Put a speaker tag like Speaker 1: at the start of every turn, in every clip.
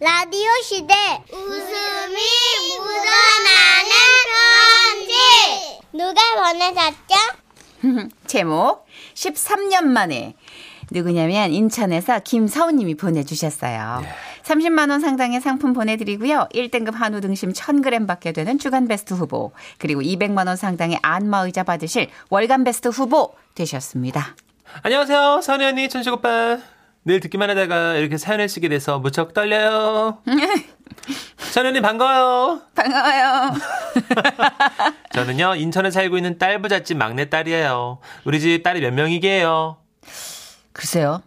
Speaker 1: 라디오 시대 웃음이 묻어나는 편지 누가 보내셨죠?
Speaker 2: 제목 13년 만에 누구냐면 인천에서 김서우 님이 보내주셨어요. 30만 원 상당의 상품 보내드리고요. 1등급 한우 등심 1000g 받게 되는 주간베스트 후보 그리고 200만 원 상당의 안마의자 받으실 월간베스트 후보 되셨습니다.
Speaker 3: 안녕하세요. 선희 언니, 천식 오빠. 늘 듣기만 하다가 이렇게 사연을 쓰게 돼서 무척 떨려요. 선희 언니 반가워요.
Speaker 2: 반가워요.
Speaker 3: 저는요, 인천에 살고 있는 딸 부잣집 막내딸이에요. 우리 집 딸이 몇 명이게요?
Speaker 2: 글쎄요.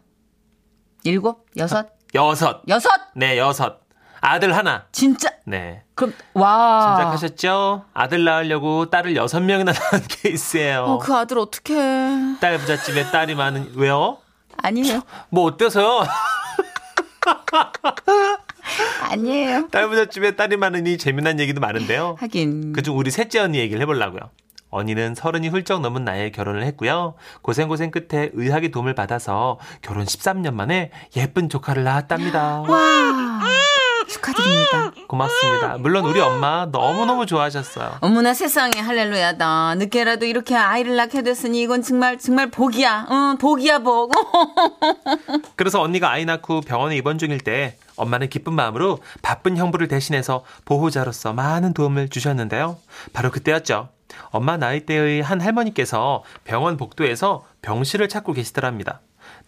Speaker 2: 일곱? 여섯?
Speaker 3: 여섯.
Speaker 2: 여섯?
Speaker 3: 네, 여섯. 아들 하나.
Speaker 2: 진짜?
Speaker 3: 네.
Speaker 2: 그럼 와.
Speaker 3: 짐작하셨죠? 아들 낳으려고 딸을 여섯 명이나 낳은 케이스예요.
Speaker 2: 어, 그 아들 어떡해.
Speaker 3: 딸 부잣집에 딸이 많은, 왜요?
Speaker 2: 아니에요.
Speaker 3: 뭐 어때서요?
Speaker 2: 아니에요.
Speaker 3: 딸 부잣집에 딸이 많으니 재미난 얘기도 많은데요.
Speaker 2: 하긴.
Speaker 3: 그중 우리 셋째 언니 얘기를 해보려고요. 언니는 서른이 훌쩍 넘은 나이에 결혼을 했고요. 고생고생 끝에 의학의 도움을 받아서 결혼 13년 만에 예쁜 조카를 낳았답니다.
Speaker 2: 와. 축하드립니다.
Speaker 3: 고맙습니다. 물론 우리 엄마 너무너무 좋아하셨어요.
Speaker 2: 어머나 세상에 할렐루야다. 늦게라도 이렇게 아이를 낳게 됐으니 이건 정말 정말 복이야. 응, 복이야 복.
Speaker 3: 그래서 언니가 아이 낳고 병원에 입원 중일 때 엄마는 기쁜 마음으로 바쁜 형부를 대신해서 보호자로서 많은 도움을 주셨는데요. 바로 그때였죠. 엄마 나이 때의 한 할머니께서 병원 복도에서 병실을 찾고 계시더랍니다.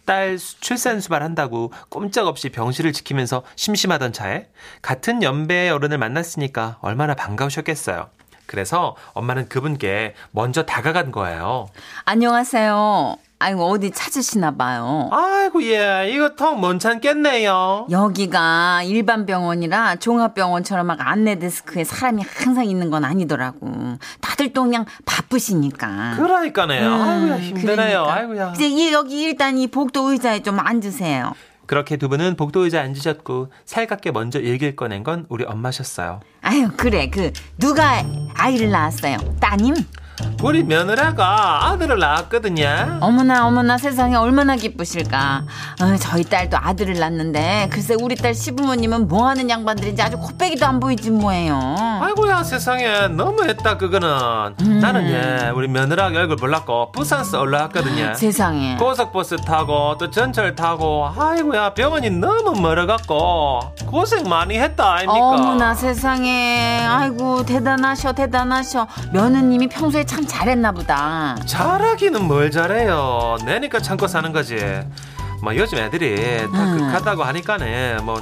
Speaker 3: 딸 수- 출산 수발한다고 꼼짝없이 병실을 지키면서 심심하던 차에 같은 연배의 어른을 만났으니까 얼마나 반가우셨겠어요. 그래서 엄마는 그분께 먼저 다가간 거예요.
Speaker 2: 안녕하세요. 아이고 어디 찾으시나 봐요.
Speaker 3: 아이고 예, 이거 턱못 참겠네요.
Speaker 2: 여기가 일반 병원이라 종합병원처럼 막 안내 데스크에 사람이 항상 있는 건 아니더라고. 다들 또 그냥 바쁘시니까.
Speaker 3: 아. 음, 그러니까네요. 아이고야 힘드네요.
Speaker 2: 그러니까.
Speaker 3: 아이고야.
Speaker 2: 이제 이- 여기 일단 이 복도 의자에 좀 앉으세요.
Speaker 3: 그렇게 두 분은 복도 의자 앉으셨고 살갑게 먼저 얘기를 꺼낸 건 우리 엄마셨어요.
Speaker 2: 아유 그래 그 누가 아이를 낳았어요? 따님?
Speaker 3: 우리 며느라가 아들을 낳았거든요.
Speaker 2: 어머나 어머나 세상에 얼마나 기쁘실까. 어, 저희 딸도 아들을 낳았는데 글쎄 우리 딸 시부모님은 뭐하는 양반들인지 아주 코빼기도 안 보이지 뭐예요.
Speaker 3: 아이고야 세상에 너무했다 그거는. 나는 예 우리 며느라 얼굴 몰랐고 부산서 올라왔거든요.
Speaker 2: 세상에.
Speaker 3: 어, 고속버스 타고 또 전철 타고 아이고야 병원이 너무 멀어갖고 고생 많이 했다 아닙니까?
Speaker 2: 어머나 세상에. 아이고 대단하셔 대단하셔. 며느님이 평소에 참 잘했나 보다.
Speaker 3: 잘하기는 뭘 잘해요. 내니까 참고 사는 거지. 뭐 요즘 애들이 다
Speaker 2: 음.
Speaker 3: 극하다고 하니까는 뭐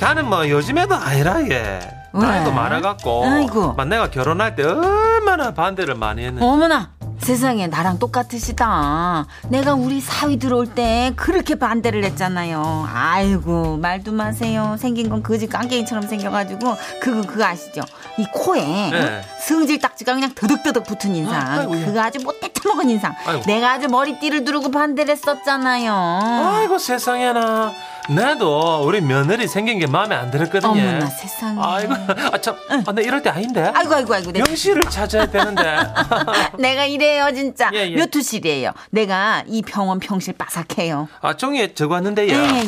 Speaker 3: 가는 뭐 요즘에도 아니라 예.
Speaker 2: 왜?
Speaker 3: 나이도 많아갖고.
Speaker 2: 아이고.
Speaker 3: 막 내가 결혼할 때 얼마나 반대를 많이 했는지.
Speaker 2: 어머나 세상에 나랑 똑같으시다. 내가 우리 사위 들어올 때 그렇게 반대를 했잖아요. 아이고 말도 마세요. 생긴 건 거지 깡개이처럼 생겨가지고 그거 그거 아시죠? 이 코에
Speaker 3: 네.
Speaker 2: 승질 딱지가 그냥 더덕더덕 붙은 인상.
Speaker 3: 아, 아이고, 예.
Speaker 2: 그거 아주 못해 처먹은 인상.
Speaker 3: 아이고.
Speaker 2: 내가 아주 머리띠를 두르고 반대를 했었잖아요.
Speaker 3: 아이고 세상에나. 나도 우리 며느리 생긴 게 마음에 안 들었거든요.
Speaker 2: 어머나 세상에.
Speaker 3: 아이고 아참 아, 나 이럴 때 아닌데.
Speaker 2: 아이고 아이고 아이고, 내
Speaker 3: 명시를 찾아야 되는데.
Speaker 2: 내가 이래요 진짜
Speaker 3: 예, 예.
Speaker 2: 몇 호실이에요 내가 이 병원 평실 빠삭해요
Speaker 3: 아 종이에 적어왔는데요.
Speaker 2: 예예예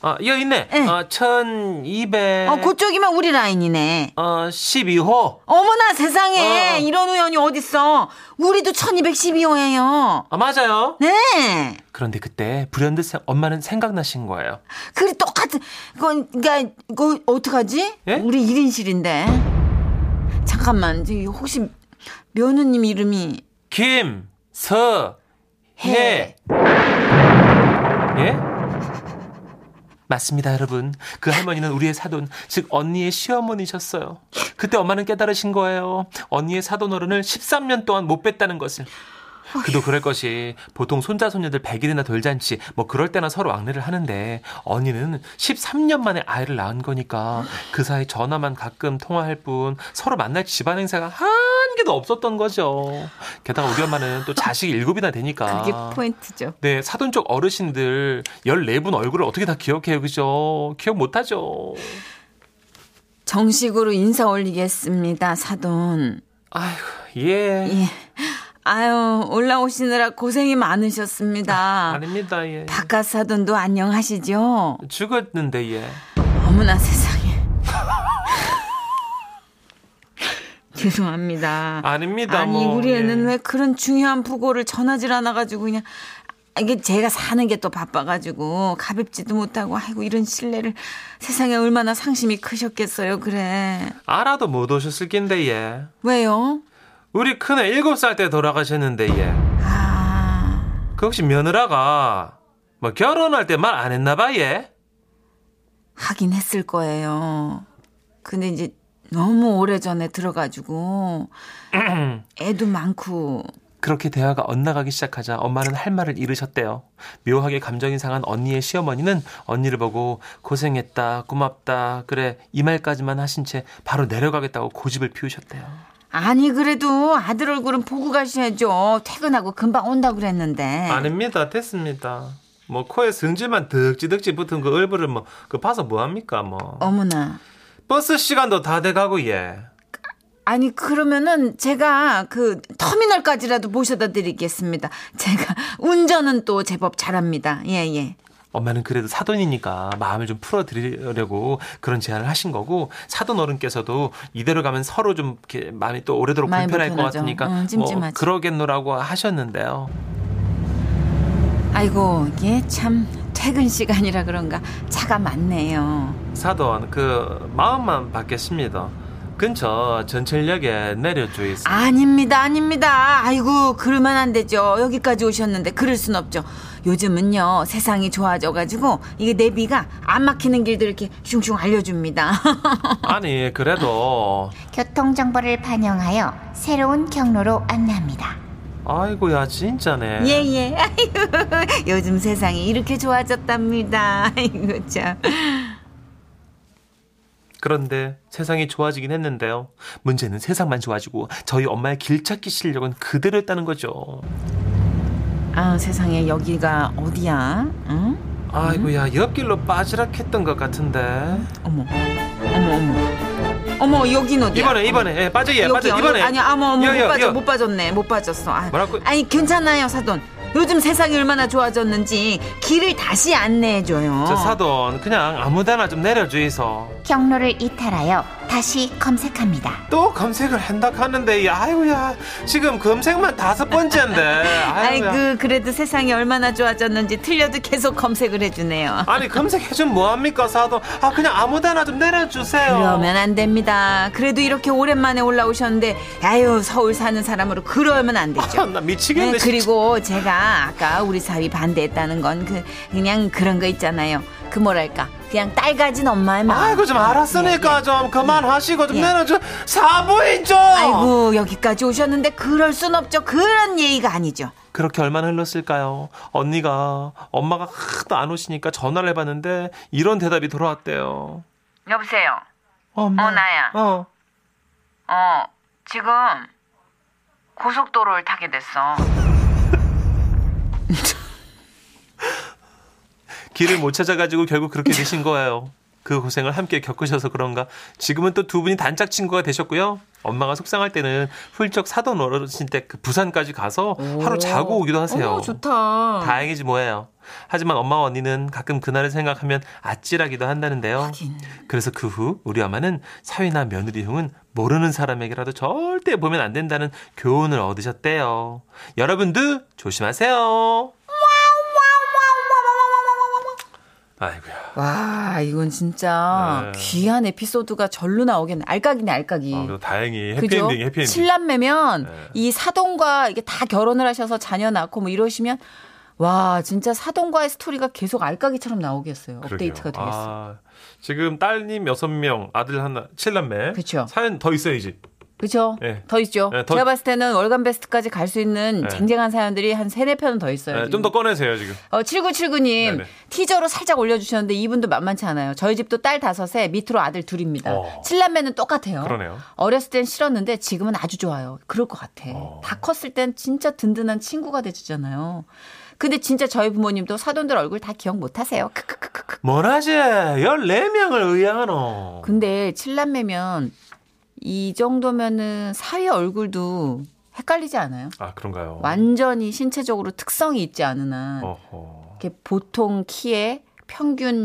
Speaker 3: 아 이거 있네.
Speaker 2: 예.
Speaker 3: 아 1200.
Speaker 2: 어 그쪽이면 우리 라인이네
Speaker 3: 어, 12호.
Speaker 2: 어머나 세상에
Speaker 3: 어.
Speaker 2: 이런 우연이 어딨어 우리도 1212호예요
Speaker 3: 아, 맞아요.
Speaker 2: 네
Speaker 3: 그런데 그때 불현듯 생- 엄마는 생각나신 거예요.
Speaker 2: 그리 똑같은 그건 그니까 그거 어떡하지
Speaker 3: 예?
Speaker 2: 우리 1인실인데 잠깐만 저기 혹시 며느님 이름이
Speaker 3: 김, 서, 해.
Speaker 2: 해.
Speaker 3: 예? 맞습니다, 여러분. 그 할머니는 우리의 사돈, 즉 언니의 시어머니셨어요. 그때 엄마는 깨달으신 거예요. 언니의 사돈 어른을 13년 동안 못 뵀다는 것을. 그도 그럴 것이 보통 손자 손녀들 100일이나 돌잔치 뭐 그럴 때나 서로 왕래를 하는데 언니는 13년 만에 아이를 낳은 거니까 그 사이 전화만 가끔 통화할 뿐 서로 만날 집안 행사가 한 개도 없었던 거죠. 게다가 우리 엄마는 또 자식이 일곱이나 되니까
Speaker 2: 그게 포인트죠
Speaker 3: 네, 사돈 쪽 어르신들 14분 얼굴을 어떻게 다 기억해요, 그죠? 기억 못하죠.
Speaker 2: 정식으로 인사 올리겠습니다 사돈
Speaker 3: 아이고, 예.
Speaker 2: 예. 아유, 올라오시느라 고생이 많으셨습니다.
Speaker 3: 아, 아닙니다, 예.
Speaker 2: 바깥 사돈도 안녕하시죠?
Speaker 3: 죽었는데, 예.
Speaker 2: 어, 어머나 세상에. 죄송합니다.
Speaker 3: 아닙니다,
Speaker 2: 아니
Speaker 3: 뭐.
Speaker 2: 우리 애는
Speaker 3: 예.
Speaker 2: 왜 그런 중요한 부고를 전하질 않아가지고 그냥 아, 이게 제가 사는 게 또 바빠가지고 가볍지도 못하고 아이고 이런 신뢰를 세상에 얼마나 상심이 크셨겠어요. 그래
Speaker 3: 알아도 못 오셨을 낀데 예.
Speaker 2: 왜요?
Speaker 3: 우리 큰애 일곱 살 때 돌아가셨는데 예.
Speaker 2: 아
Speaker 3: 그 혹시 며느라가 뭐 결혼할 때 말 안 했나 봐 예.
Speaker 2: 하긴 했을 거예요. 근데 이제 너무 오래 전에 들어가지고 애도 많고
Speaker 3: 그렇게 대화가 엇나가기 시작하자 엄마는 할 말을 잃으셨대요. 묘하게 감정이 상한 언니의 시어머니는 언니를 보고 고생했다, 고맙다, 그래 이 말까지만 하신 채 바로 내려가겠다고 고집을 피우셨대요.
Speaker 2: 아니 그래도 아들 얼굴은 보고 가셔야죠. 퇴근하고 금방 온다 그랬는데.
Speaker 3: 아닙니다, 됐습니다. 뭐 코에 승질만 득지득지 붙은 그 얼굴을 뭐 그 봐서 뭐 합니까 뭐
Speaker 2: 어머나.
Speaker 3: 버스 시간도 다 돼가고 예.
Speaker 2: 아니 그러면은 제가 그 터미널까지라도 모셔다 드리겠습니다. 제가 운전은 또 제법 잘합니다. 예 예.
Speaker 3: 엄마는 그래도 사돈이니까 마음을 좀 풀어드리려고 그런 제안을 하신 거고 사돈 어른께서도 이대로 가면 서로 좀 이렇게 마음이 또 오래도록
Speaker 2: 많이
Speaker 3: 불편할 것
Speaker 2: 불편하죠.
Speaker 3: 같으니까
Speaker 2: 응,
Speaker 3: 뭐
Speaker 2: 찜찜하지.
Speaker 3: 그러겠노라고 하셨는데요.
Speaker 2: 아이고 이게 참 퇴근 시간이라 그런가 차가 많네요.
Speaker 3: 사돈 그 마음만 받겠습니다. 근처 전철역에 내려주이소.
Speaker 2: 아닙니다 아닙니다. 아이고 그러면 안 되죠. 여기까지 오셨는데 그럴 순 없죠. 요즘은요 세상이 좋아져가지고 이게 내비가 안 막히는 길들 이렇게 슝슝 알려줍니다.
Speaker 3: 아니 그래도
Speaker 4: 교통정보를 반영하여 새로운 경로로 안내합니다.
Speaker 3: 아이고야 진짜네.
Speaker 2: 예, 예. 아이고, 요즘 세상이 이렇게 좋아졌답니다. 아이고, 참.
Speaker 3: 그런데 세상이 좋아지긴 했는데요. 문제는 세상만 좋아지고 저희 엄마의 길찾기 실력은 그대로였다는 거죠.
Speaker 2: 아, 세상에, 여기가 어디야? 응? 음?
Speaker 3: 아이고야 옆길로 빠지락 했던 것 같은데
Speaker 2: 어머. 어머, 어머. 어머, 여긴 어디야?
Speaker 3: 이번에 이번에 예, 빠져 예
Speaker 2: 여기,
Speaker 3: 빠져
Speaker 2: 어디-
Speaker 3: 이번에
Speaker 2: 아니, 어머, 어머,
Speaker 3: 여,
Speaker 2: 못
Speaker 3: 여,
Speaker 2: 빠져,
Speaker 3: 여.
Speaker 2: 못 빠졌네, 못 빠졌어. 아,
Speaker 3: 뭐라고?
Speaker 2: 아니, 괜찮아요, 사돈. 요즘 세상이 얼마나 좋아졌는지 길을 다시 안내해줘요.
Speaker 3: 저 사돈 그냥 아무데나 좀 내려주이소
Speaker 4: 경로를 이탈하여 다시 검색합니다.
Speaker 3: 또 검색을 한다 하는데 이 아이고야 지금 검색만 다섯 번째인데 아이고야.
Speaker 2: 아이고, 그래도 세상이 얼마나 좋아졌는지 틀려도 계속 검색을 해주네요.
Speaker 3: 아니 검색해주면 뭐합니까 사돈 아 그냥 아무데나 좀 내려주세요
Speaker 2: 그러면 안 됩니다. 그래도 이렇게 오랜만에 올라오셨는데, 아유, 서울 사는 사람으로 그러면 안
Speaker 3: 아,
Speaker 2: 되죠.
Speaker 3: 나
Speaker 2: 네,
Speaker 3: 미치겠네 진짜.
Speaker 2: 그리고 제가 아까 우리 사위 반대했다는 건 그, 그냥 그런 거 있잖아요. 그 뭐랄까. 그냥 딸 가진 엄마의 마음.
Speaker 3: 아이고 좀 알았으니까 좀 그만하시고 좀
Speaker 2: 예.
Speaker 3: 내려주 사부인 좀
Speaker 2: 아이고, 여기까지 오셨는데 그럴 순 없죠. 그런 예의가 아니죠.
Speaker 3: 그렇게 얼마나 흘렀을까요? 언니가 엄마가 하도 안 오시니까 전화를 해봤는데 이런 대답이 돌아왔대요.
Speaker 2: 여보세요.
Speaker 3: 엄마.
Speaker 2: 어, 나야.
Speaker 3: 어.
Speaker 2: 어, 지금 고속도로를 타게 됐어.
Speaker 3: 길을 못 찾아가지고 결국 그렇게 되신 거예요. 그 고생을 함께 겪으셔서 그런가 지금은 또 두 분이 단짝 친구가 되셨고요. 엄마가 속상할 때는 훌쩍 사돈 어르신 댁그 부산까지 가서 하루 자고 오기도 하세요.
Speaker 2: 오, 좋다.
Speaker 3: 다행이지 뭐예요. 하지만 엄마와 언니는 가끔 그날을 생각하면 아찔하기도 한다는데요. 그래서 그 후 우리 엄마는 사위나 며느리 형은 모르는 사람에게라도 절대 보면 안 된다는 교훈을 얻으셨대요. 여러분들 조심하세요. 아이고야.
Speaker 2: 와, 이건 진짜
Speaker 3: 네.
Speaker 2: 귀한 에피소드가 절로 나오겠네. 알까기네, 알까기.
Speaker 3: 아, 그래도 다행히
Speaker 2: 그죠?
Speaker 3: 해피엔딩 해피엔딩.
Speaker 2: 칠남매면
Speaker 3: 네.
Speaker 2: 이 사돈과 이게 다 결혼을 하셔서 자녀 낳고 뭐 이러시면 와, 진짜 사돈과의 스토리가 계속 알까기처럼 나오겠어요. 업데이트가
Speaker 3: 그러게요.
Speaker 2: 되겠어요.
Speaker 3: 아, 지금 딸님 여섯 명, 아들 하나, 칠남매.
Speaker 2: 그쵸.
Speaker 3: 사연 더 있어야지.
Speaker 2: 그렇죠?
Speaker 3: 네.
Speaker 2: 더 있죠.
Speaker 3: 네, 더-
Speaker 2: 제가 봤을 때는 월간 베스트까지 갈 수 있는
Speaker 3: 네.
Speaker 2: 쟁쟁한 사연들이 한 세네 편은 더 있어요.
Speaker 3: 좀 더 꺼내세요 지금.
Speaker 2: 어, 7979님,
Speaker 3: 네네.
Speaker 2: 티저로 살짝 올려주셨는데 이분도 만만치 않아요. 저희 집도 딸 다섯에 밑으로 아들 둘입니다.
Speaker 3: 어.
Speaker 2: 칠남매는 똑같아요.
Speaker 3: 그러네요.
Speaker 2: 어렸을 땐 싫었는데 지금은 아주 좋아요. 그럴 것 같아.
Speaker 3: 어.
Speaker 2: 다 컸을 땐 진짜 든든한 친구가 되잖아요. 근데 진짜 저희 부모님도 사돈들 얼굴 다 기억 못 하세요. 크크크크크.
Speaker 3: 뭐라지? 14명을 의향하노.
Speaker 2: 근데 칠남매면 이 정도면은 사위 얼굴도 헷갈리지 않아요?
Speaker 3: 아, 그런가요?
Speaker 2: 네. 완전히 신체적으로 특성이 있지 않으나
Speaker 3: 어허.
Speaker 2: 이렇게 보통 키에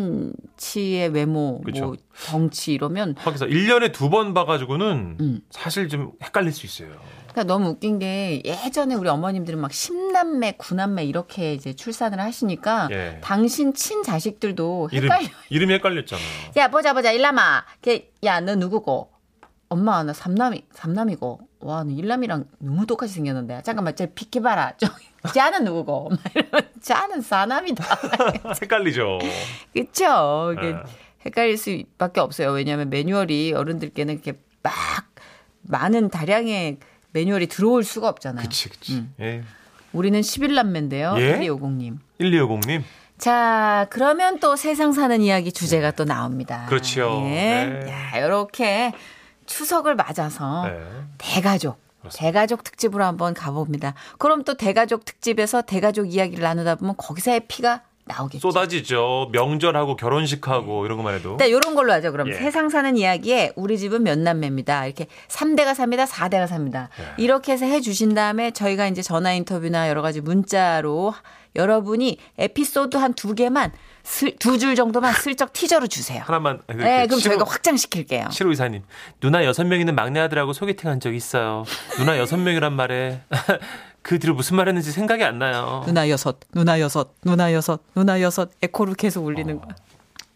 Speaker 2: 평균치의 외모,
Speaker 3: 그쵸.
Speaker 2: 뭐 덩치 이러면
Speaker 3: 거기서 1년에 두 번 봐가지고는
Speaker 2: 음.
Speaker 3: 사실 좀 헷갈릴 수 있어요.
Speaker 2: 그러니까 너무 웃긴 게 예전에 우리 어머님들은 막 10남매, 9남매 이렇게 이제 출산을 하시니까
Speaker 3: 예.
Speaker 2: 당신 친자식들도
Speaker 3: 이름,
Speaker 2: 헷갈려.
Speaker 3: 이름이 헷갈렸잖아요.
Speaker 2: 야, 보자, 보자, 일남아. 걔, 야, 너 누구고? 엄마, 나 삼남이, 삼남이고. 와, 너 일남이랑 너무 똑같이 생겼는데. 잠깐만, 쟤 비켜봐라. 저, 쟤는 누구고? 막 이러면 쟤는 사남이다.
Speaker 3: 헷갈리죠.
Speaker 2: 그쵸? 이게
Speaker 3: 네.
Speaker 2: 헷갈릴 수밖에 없어요. 왜냐하면 매뉴얼이 어른들께는 이렇게 막 많은 다량의 매뉴얼이 들어올 수가 없잖아요.
Speaker 3: 그치, 그치.
Speaker 2: 음.
Speaker 3: 예.
Speaker 2: 우리는 11남매인데요.
Speaker 3: 예?
Speaker 2: 1250님.
Speaker 3: 1250님.
Speaker 2: 자, 그러면 또 세상 사는 이야기 주제가 또 나옵니다.
Speaker 3: 네. 그렇지요.
Speaker 2: 예.
Speaker 3: 네.
Speaker 2: 야, 요렇게 추석을 맞아서
Speaker 3: 네.
Speaker 2: 대가족.
Speaker 3: 그렇습니다.
Speaker 2: 대가족 특집으로 한번 가봅니다. 그럼 또 대가족 특집에서 대가족 이야기를 나누다 보면 거기서의 피가 나오겠죠.
Speaker 3: 쏟아지죠. 명절하고 결혼식하고 이런 것만 해도.
Speaker 2: 일단 네, 요런 걸로 하죠. 그럼
Speaker 3: 예.
Speaker 2: 세상 사는 이야기에 우리 집은 몇 남매입니다. 이렇게 3대가 삽니다. 4대가 삽니다.
Speaker 3: 예.
Speaker 2: 이렇게 해서 해 주신 다음에 저희가 이제 전화 인터뷰나 여러 가지 문자로 여러분이 에피소드 한 두 개만 두 줄 정도만 슬쩍 티저로 주세요.
Speaker 3: 하나만. 이렇게
Speaker 2: 네, 그럼
Speaker 3: 치고.
Speaker 2: 저희가 확장시킬게요.
Speaker 3: 실호 이사님 누나 여섯 명 있는 막내 아들하고 소개팅한 적 있어요. 누나 여섯 명이란 말에 그 뒤로 무슨 말했는지 생각이 안 나요.
Speaker 2: 누나 여섯, 누나 여섯, 누나 여섯, 누나 여섯 에코로 계속
Speaker 3: 어.
Speaker 2: 울리는 거.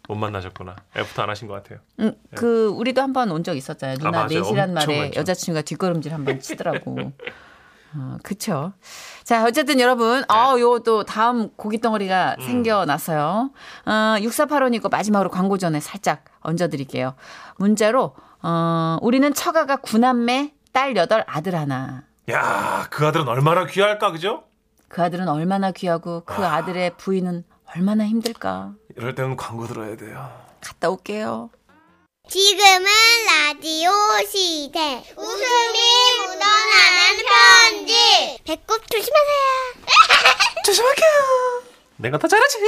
Speaker 3: 못 만나셨구나. 애프터 안 하신 것 같아요.
Speaker 2: 응, 그 우리도 한 번 온 적 있었잖아요. 누나
Speaker 3: 예. 맞아요.
Speaker 2: 넷이란
Speaker 3: 엄청
Speaker 2: 말에
Speaker 3: 많죠.
Speaker 2: 여자친구가 뒷걸음질 한 번 치더라고. 어, 그쵸. 자, 어쨌든 여러분,
Speaker 3: 네.
Speaker 2: 어, 요 또 다음 고깃덩어리가 생겨났어요. 어, 6485니까 마지막으로 광고 전에 살짝 얹어드릴게요. 문자로, 어, 우리는 처가가 구남매, 딸 여덟, 아들 하나.
Speaker 3: 야, 그 아들은 얼마나 귀할까 그죠?
Speaker 2: 그 아들은 얼마나 귀하고 그 아들의 부인은 얼마나 힘들까.
Speaker 3: 이럴 때는 광고 들어야 돼요.
Speaker 2: 갔다 올게요.
Speaker 1: 지금은 라디오 시대. 웃음이 묻어나는 편지. 배꼽 조심하세요.
Speaker 3: 내가 더 잘하지.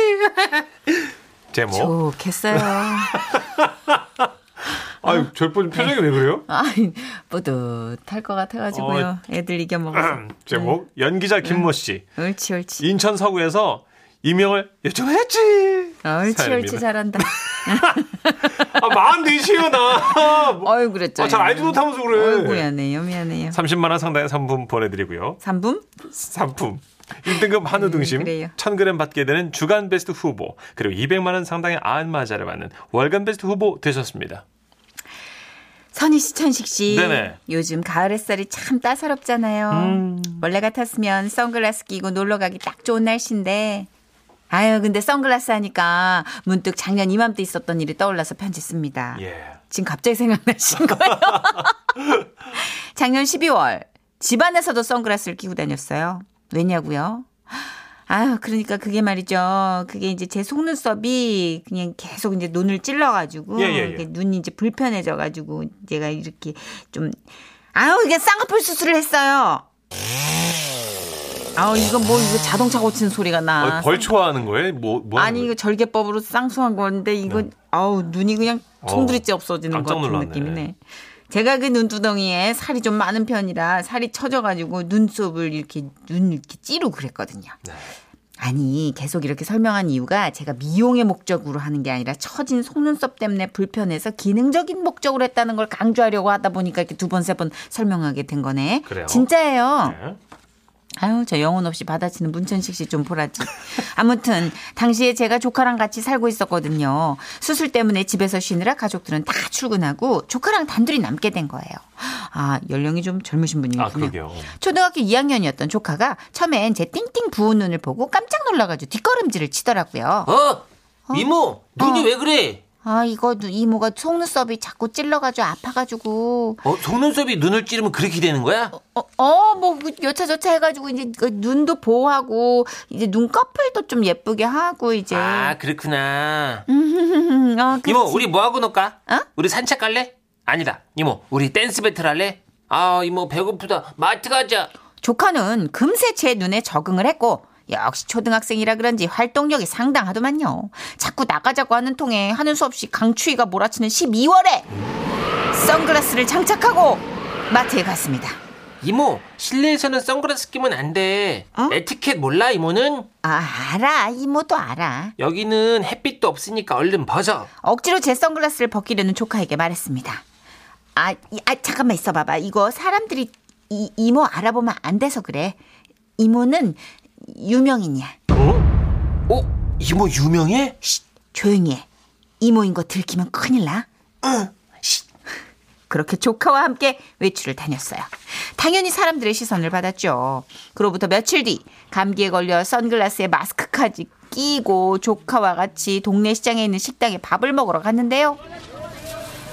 Speaker 3: 제목.
Speaker 2: 좋겠어요.
Speaker 3: 아유, 절본 표정이 왜 그래요?
Speaker 2: 아이, 뿌듯할 것
Speaker 3: 어,
Speaker 2: 같아가지고요. 애들 이겨먹어서.
Speaker 3: 제목 연기자 김모 씨
Speaker 2: 옳지, 옳지.
Speaker 3: 인천 서구에서 이명을 요청했지.
Speaker 2: 아, 옳지, 옳지,
Speaker 3: 사연입니다.
Speaker 2: 잘한다.
Speaker 3: 아, 마음 내시요 나. 뭐,
Speaker 2: 어이, 그랬죠. 음.
Speaker 3: 아, 잘 알지 못하면서 그래.
Speaker 2: 어이, 미안해요, 미안해요.
Speaker 3: 30만 원 상당의 상품 보내드리고요.
Speaker 2: 삼분
Speaker 3: 상품 1등급 한우 등심
Speaker 2: 음, 그래요.
Speaker 3: 1000g 받게 되는 주간 베스트 후보 그리고 200만 원 상당의 안마자를 받는 월간 베스트 후보 되셨습니다.
Speaker 2: 선희 씨, 천식 씨.
Speaker 3: 네네.
Speaker 2: 요즘 가을 햇살이 참 따사롭잖아요.
Speaker 3: 음.
Speaker 2: 원래 같았으면 선글라스 끼고 놀러 가기 딱 좋은 날씨인데. 아유, 근데 선글라스 하니까 문득 작년 이맘때 있었던 일이 떠올라서 편지 씁니다.
Speaker 3: 예.
Speaker 2: 지금 갑자기 생각나신 거예요? 작년 12월 집안에서도 선글라스를 끼고 다녔어요. 왜냐고요? 아유, 그러니까 그게 말이죠. 그게 이제 제 속눈썹이 그냥 계속 이제 눈을 찔러가지고
Speaker 3: 예, 예, 예.
Speaker 2: 이게 눈이 이제 불편해져가지고 제가 이렇게 좀 아유 이게 쌍꺼풀 수술을 했어요. 아우 이거 뭐 이거 자동차 고치는 소리가 나.
Speaker 3: 어, 벌초하는 거예요? 뭐, 뭐 하는
Speaker 2: 아, 아니
Speaker 3: 거예요?
Speaker 2: 이거 절개법으로 쌍수한 건데 이거 아우 눈이 그냥 송두리째 없어지는 것
Speaker 3: 뭐? 어, 깜짝
Speaker 2: 같은
Speaker 3: 놀랐네.
Speaker 2: 느낌이네. 제가 그 눈두덩이에 살이 좀 많은 편이라 살이 처져가지고 눈썹을 이렇게 눈 이렇게 찌르고 그랬거든요.
Speaker 3: 네.
Speaker 2: 아니 계속 이렇게 설명한 이유가 제가 미용의 목적으로 하는 게 아니라 처진 속눈썹 때문에 불편해서 기능적인 목적으로 했다는 걸 강조하려고 하다 보니까 이렇게 두 번 세 번 설명하게 된 거네.
Speaker 3: 그래요?
Speaker 2: 진짜예요.
Speaker 3: 네.
Speaker 2: 아유, 저 영혼 없이 받아치는 문천식 씨 좀 보라지. 아무튼 당시에 제가 조카랑 같이 살고 있었거든요. 수술 때문에 집에서 쉬느라 가족들은 다 출근하고 조카랑 단둘이 남게 된 거예요. 아, 연령이 좀 젊으신 분이군요.
Speaker 3: 아, 그러게요.
Speaker 2: 초등학교 2학년이었던 조카가 처음엔 제 띵띵 부은 눈을 보고 깜짝 놀라가지고 뒷걸음질을 치더라고요.
Speaker 5: 어? 이모,
Speaker 2: 어.
Speaker 5: 눈이 왜 그래?
Speaker 2: 아, 이거 눈- 이모가 속눈썹이 자꾸 찔러가지고 아파가지고
Speaker 5: 어, 속눈썹이 눈을 찌르면 그렇게 되는 거야?
Speaker 2: 어, 어, 뭐, 그 여차저차 해가지고, 이제, 그 눈도 보호하고, 이제 눈꺼풀도 좀 예쁘게 하고, 이제.
Speaker 5: 아, 그렇구나.
Speaker 2: 네. 음, 어? 아, 그,
Speaker 5: 이모, 우리 뭐 하고 놀까? 우리 산책 갈래? 아니다. 이모, 우리 댄스 배틀 할래? 아, 이모 배고프다. 마트 가자.
Speaker 2: 조카는 금세 제 눈에 적응을 했고, 역시 초등학생이라 그런지 활동력이 상당하더만요. 자꾸 나가자고 하는 통에 하는 수 없이 강추위가 몰아치는 12월에 선글라스를 장착하고 마트에 갔습니다.
Speaker 5: 이모, 실내에서는 선글라스 끼면 안 돼.
Speaker 2: 어?
Speaker 5: 에티켓 몰라, 이모는?
Speaker 2: 아, 알아. 이모도 알아.
Speaker 5: 여기는 햇빛도 없으니까 얼른 벗어.
Speaker 2: 억지로 제 선글라스를 벗기려는 조카에게 말했습니다. 아, 이- 아 잠깐만 있어봐봐. 이거 사람들이 이, 이모 알아보면 안 돼서 그래. 이모는 유명인이야.
Speaker 5: 어? 어? 이모 유명해?
Speaker 2: 조용히 해. 이모인 거 들키면 큰일 나. 쉿. 그렇게 조카와 함께 외출을 다녔어요. 당연히 사람들의 시선을 받았죠. 그로부터 며칠 뒤 감기에 걸려 선글라스에 마스크까지 끼고 조카와 같이 동네 시장에 있는 식당에 밥을 먹으러 갔는데요.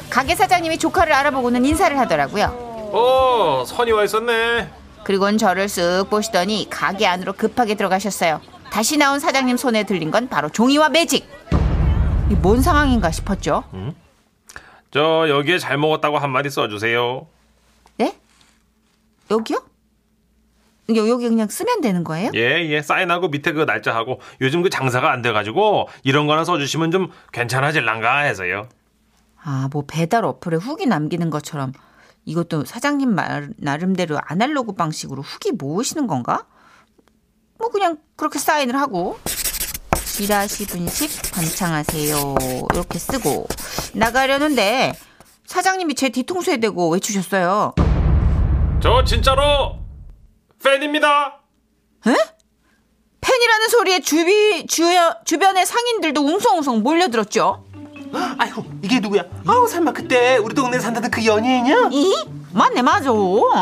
Speaker 2: 가게 사장님이 조카를 알아보고는 인사를 하더라고요.
Speaker 6: 어, 선이 와 있었네.
Speaker 2: 그리고는 저를 쓱 보시더니 가게 안으로 급하게 들어가셨어요. 다시 나온 사장님 손에 들린 건 바로 종이와 매직. 이게 뭔 상황인가 싶었죠.
Speaker 6: 저 여기에 잘 먹었다고 한마디 써주세요.
Speaker 2: 네? 여기요? 여, 여기 그냥 쓰면 되는 거예요?
Speaker 6: 예, 예. 사인하고 밑에 그 날짜하고 요즘 그 장사가 안 돼가지고 이런 거나 써주시면 좀 괜찮아질란가 해서요.
Speaker 2: 아, 뭐 배달 어플에 후기 남기는 것처럼 이것도 사장님 말, 나름대로 아날로그 방식으로 후기 모으시는 건가? 뭐 그냥 그렇게 사인을 하고 지라시 분식 번창하세요 이렇게 쓰고 나가려는데 사장님이 제 뒤통수에 대고 외치셨어요.
Speaker 6: 저 진짜로 팬입니다.
Speaker 2: 팬이라는 소리에 주비, 주여, 주변의 상인들도 웅성웅성 몰려들었죠.
Speaker 5: 아이고, 이게 누구야? 아우, 설마 그때 우리 동네 산다던 그 연예인이야?
Speaker 2: 이? 맞네 맞아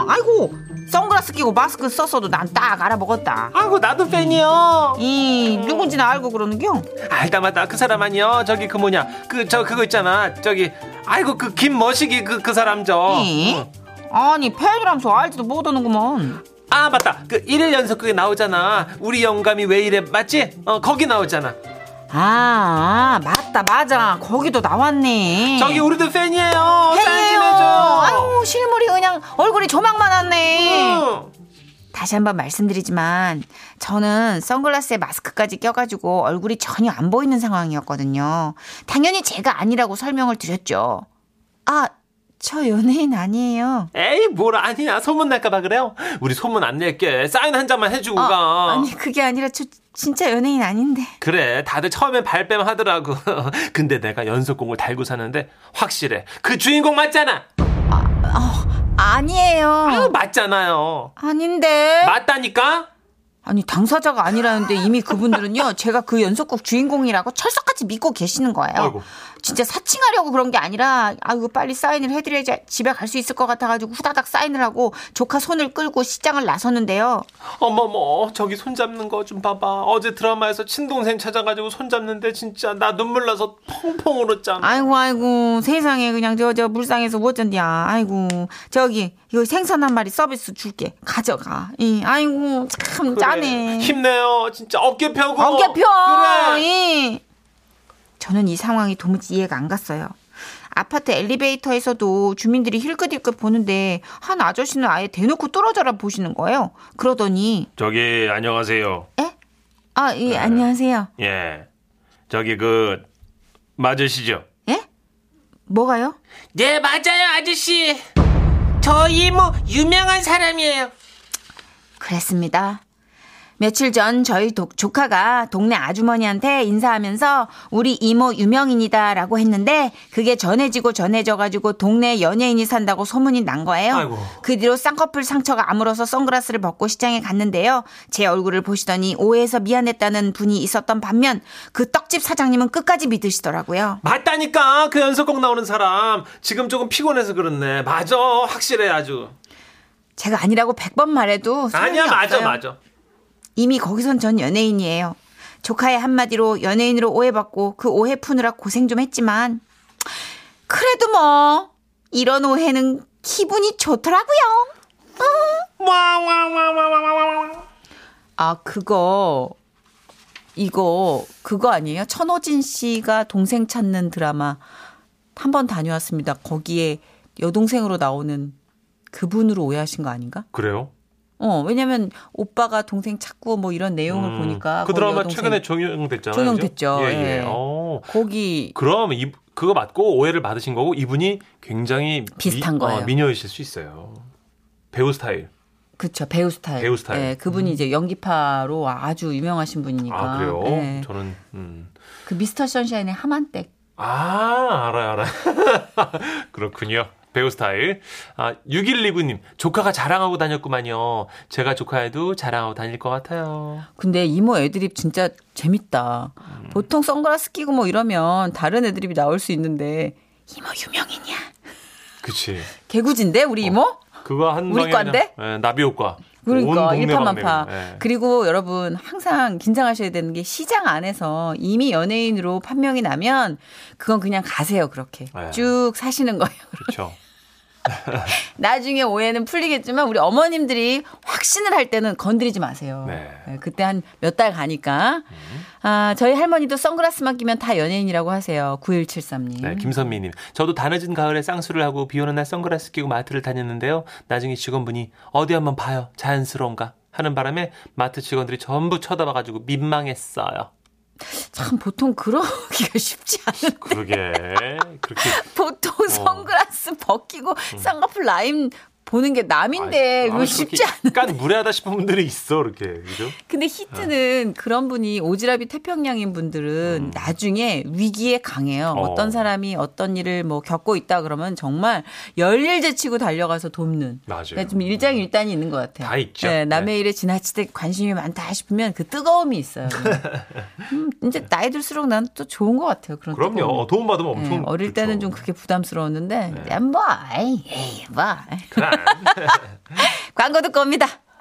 Speaker 2: 아이고 선글라스 끼고 마스크 썼어도 난 딱 알아먹었다
Speaker 5: 아이고, 나도 팬이요.
Speaker 2: 이 누군지 나 알고 그러는겨
Speaker 5: 알다 마다 그 사람 아니요. 저기 그 뭐냐. 그, 저 그거 있잖아. 저기, 아이고, 그 김머시기 그, 그 사람 저.
Speaker 2: 이? 아니 팬이라면서 알지도 못하는구먼
Speaker 5: 아, 맞다. 그 1일 연속 그게 나오잖아. 우리 영감이 왜 이래. 맞지? 어, 거기 나오잖아.
Speaker 2: 아 맞다 맞아 거기도 나왔네
Speaker 5: 저기 우리도 팬이에요. 사인
Speaker 2: 팬이에요
Speaker 5: 좀
Speaker 2: 아유 실물이 그냥 얼굴이 조망만 왔네
Speaker 5: 해줘. 응.
Speaker 2: 다시 한번 말씀드리지만 저는 선글라스에 마스크까지 껴가지고 얼굴이 전혀 안 보이는 상황이었거든요. 당연히 제가 아니라고 설명을 드렸죠. 아, 저 연예인 아니에요.
Speaker 5: 에이 뭘 아니야 소문 날까봐 그래요 우리 소문 안 낼게 사인 한 장만 해주고 가
Speaker 2: 아, 아니 그게 아니라 저 진짜 연예인 아닌데.
Speaker 5: 그래 다들 처음엔 발뺌 하더라고 근데 내가 연속공을 달고 사는데 확실해 그 주인공 맞잖아 아유
Speaker 2: 아니에요.
Speaker 5: 맞잖아요
Speaker 2: 아닌데.
Speaker 5: 맞다니까
Speaker 2: 아니 당사자가 아니라는데 이미 그분들은요 제가 그 연속극 주인공이라고 철석같이 믿고 계시는 거예요.
Speaker 6: 아이고.
Speaker 2: 진짜 사칭하려고 그런 게 아니라 아이고 빨리 사인을 해드려야지 집에 갈 수 있을 것 같아가지고 후다닥 사인을 하고 조카 손을 끌고 시장을 나섰는데요.
Speaker 5: 어머머 저기 손잡는 거 좀 봐봐 어제 드라마에서 친동생 찾아가지고 손잡는데 진짜 나 눈물 나서 펑펑 울었잖아
Speaker 2: 아이고 아이고 세상에 그냥 저 저 물상에서 어쩐디야. 아이고 저기 이거 생선 한 마리 서비스 줄게 가져가. 이 아이고 참 짜네.
Speaker 5: 힘내요 진짜 어깨 펴고
Speaker 2: 어깨 펴.
Speaker 5: 그래
Speaker 2: 이. 저는 이 상황이 도무지 이해가 안 갔어요. 아파트 엘리베이터에서도 주민들이 힐끗힐끗 보는데 한 아저씨는 아예 대놓고 뚫어져라 보시는 거예요. 그러더니
Speaker 6: 저기 안녕하세요.
Speaker 2: 에? 아,
Speaker 5: 네.
Speaker 2: 예, 안녕하세요.
Speaker 6: 예. 저기 그 맞으시죠?
Speaker 2: 예? 뭐가요?
Speaker 5: 네 맞아요 아저씨 저 이모 유명한 사람이에요
Speaker 2: 그랬습니다. 며칠 전 저희 도- 조카가 동네 아주머니한테 인사하면서 우리 이모 유명인이다라고 했는데 그게 전해지고 전해져가지고 동네 연예인이 산다고 소문이 난 거예요.
Speaker 5: 아이고.
Speaker 2: 그 뒤로 쌍꺼풀 상처가 아물어서 선글라스를 벗고 시장에 갔는데요. 제 얼굴을 보시더니 오해해서 미안했다는 분이 있었던 반면 그 떡집 사장님은 끝까지 믿으시더라고요.
Speaker 5: 맞다니까 그 연속곡 나오는 사람 지금 조금 피곤해서 그렇네 맞아 확실해 아주
Speaker 2: 제가 아니라고 100번 말해도 소용이
Speaker 5: 아니야 맞아
Speaker 2: 없어요.
Speaker 5: 맞아
Speaker 2: 이미 거기선 전 연예인이에요. 조카의 한마디로 연예인으로 오해받고 그 오해 푸느라 고생 좀 했지만 그래도 뭐 이런 오해는 기분이 좋더라고요. 아 그거 이거 그거 아니에요? 천호진 씨가 동생 찾는 드라마 한 번 다녀왔습니다. 거기에 여동생으로 나오는 그분으로 오해하신 거 아닌가?
Speaker 6: 그래요?
Speaker 2: 어, 왜냐면 오빠가 동생 찾고 뭐 이런 내용을
Speaker 6: 음,
Speaker 2: 보니까
Speaker 6: 그
Speaker 2: 거기
Speaker 6: 드라마
Speaker 2: 여동생
Speaker 6: 최근에 종영됐잖아요.
Speaker 2: 종영됐죠,
Speaker 6: 그죠? 예,
Speaker 2: 예.
Speaker 6: 예. 어.
Speaker 2: 거기
Speaker 6: 그럼 이, 그거 맞고 오해를 받으신 거고 이분이 굉장히 미-
Speaker 2: 비슷한 거예요.
Speaker 6: 어, 미녀이실 수 있어요. 배우 스타일.
Speaker 2: 그쵸 배우 스타일.
Speaker 3: 배우 스타일. 음.
Speaker 2: 예, 그분이 이제 연기파로 아주 유명하신 분이니까.
Speaker 6: 그러니까.
Speaker 3: 아, 그래요?
Speaker 2: 예.
Speaker 3: 저는, 음.
Speaker 2: 그 미스터 선샤인의 하만댁.
Speaker 3: 아, 알아요, 알아요. 그렇군요. 배우 스타일. 아, 6129님, 조카가 자랑하고 다녔구만요. 제가 조카에도 자랑하고 다닐 것 같아요.
Speaker 2: 근데 이모 애드립 진짜 재밌다.
Speaker 3: 음.
Speaker 2: 보통 선글라스 끼고 뭐 이러면 다른 애드립이 나올 수 있는데 이모 유명이냐?
Speaker 3: 그치.
Speaker 2: 개구진데 우리
Speaker 3: 어,
Speaker 2: 이모?
Speaker 3: 그거 한
Speaker 2: 우리
Speaker 3: 방에
Speaker 2: 과인데?
Speaker 3: 그냥, 예, 나비 효과. 온
Speaker 2: 그러니까
Speaker 3: 동네
Speaker 2: 일파만파.
Speaker 3: 막내가, 예.
Speaker 2: 그리고 여러분 항상 긴장하셔야 되는 게 시장 안에서 이미 연예인으로 판명이 나면 그건 그냥 가세요 그렇게
Speaker 3: 예.
Speaker 2: 쭉 사시는 거예요.
Speaker 3: 그렇죠.
Speaker 2: 나중에 오해는 풀리겠지만 우리 어머님들이 확신을 할 때는 건드리지 마세요.
Speaker 3: 네.
Speaker 2: 네, 그때 한 몇 달 가니까 아 저희 할머니도 선글라스만 끼면 다 연예인이라고 하세요. 9173님.
Speaker 3: 네, 김선미님. 저도 다 늦은 가을에 쌍수를 하고 비 오는 날 선글라스 끼고 마트를 다녔는데요. 나중에 직원분이 어디 한번 봐요. 자연스러운가? 하는 바람에 마트 직원들이 전부 쳐다봐가지고 민망했어요.
Speaker 2: 참 보통 그러기가 쉽지 않은.
Speaker 3: 그러게. 그렇게.
Speaker 2: 보통 선글라스 벗기고 쌍꺼풀 라인 보는 게 남인데 그거 쉽지 않.
Speaker 3: 아, 약간 무례하다 싶은 분들이 있어, 이렇게. 그죠?
Speaker 2: 근데 히트는
Speaker 3: 아.
Speaker 2: 그런 분이 오지랖이 태평양인 분들은 나중에 위기에 강해요.
Speaker 3: 음. 어.
Speaker 2: 어. 떤 사람이 어떤 일을 뭐 겪고 있다 그러면 정말 열일 제치고 달려가서 돕는.
Speaker 3: 맞아요. 음.
Speaker 2: 그러니까 좀 일장일단이 있는 것 같아요.
Speaker 3: 다 있죠.
Speaker 2: 네, 남의 일에 지나치게 관심이 많다 싶으면 그 뜨거움이 있어요. 음, 이제 나이 들수록 난 또 좋은 것 같아요. 그런
Speaker 3: 그럼요.
Speaker 2: 뜨거움.
Speaker 3: 어, 도움받으면 엄청.
Speaker 2: 네, 음, 어릴
Speaker 3: 좋죠.
Speaker 2: 때는 좀 그게
Speaker 3: 아.
Speaker 2: 부담스러웠는데, 네. 뭐, 에이, 에이, 뭐.
Speaker 3: 그래.
Speaker 2: 광고 듣고 옵니다.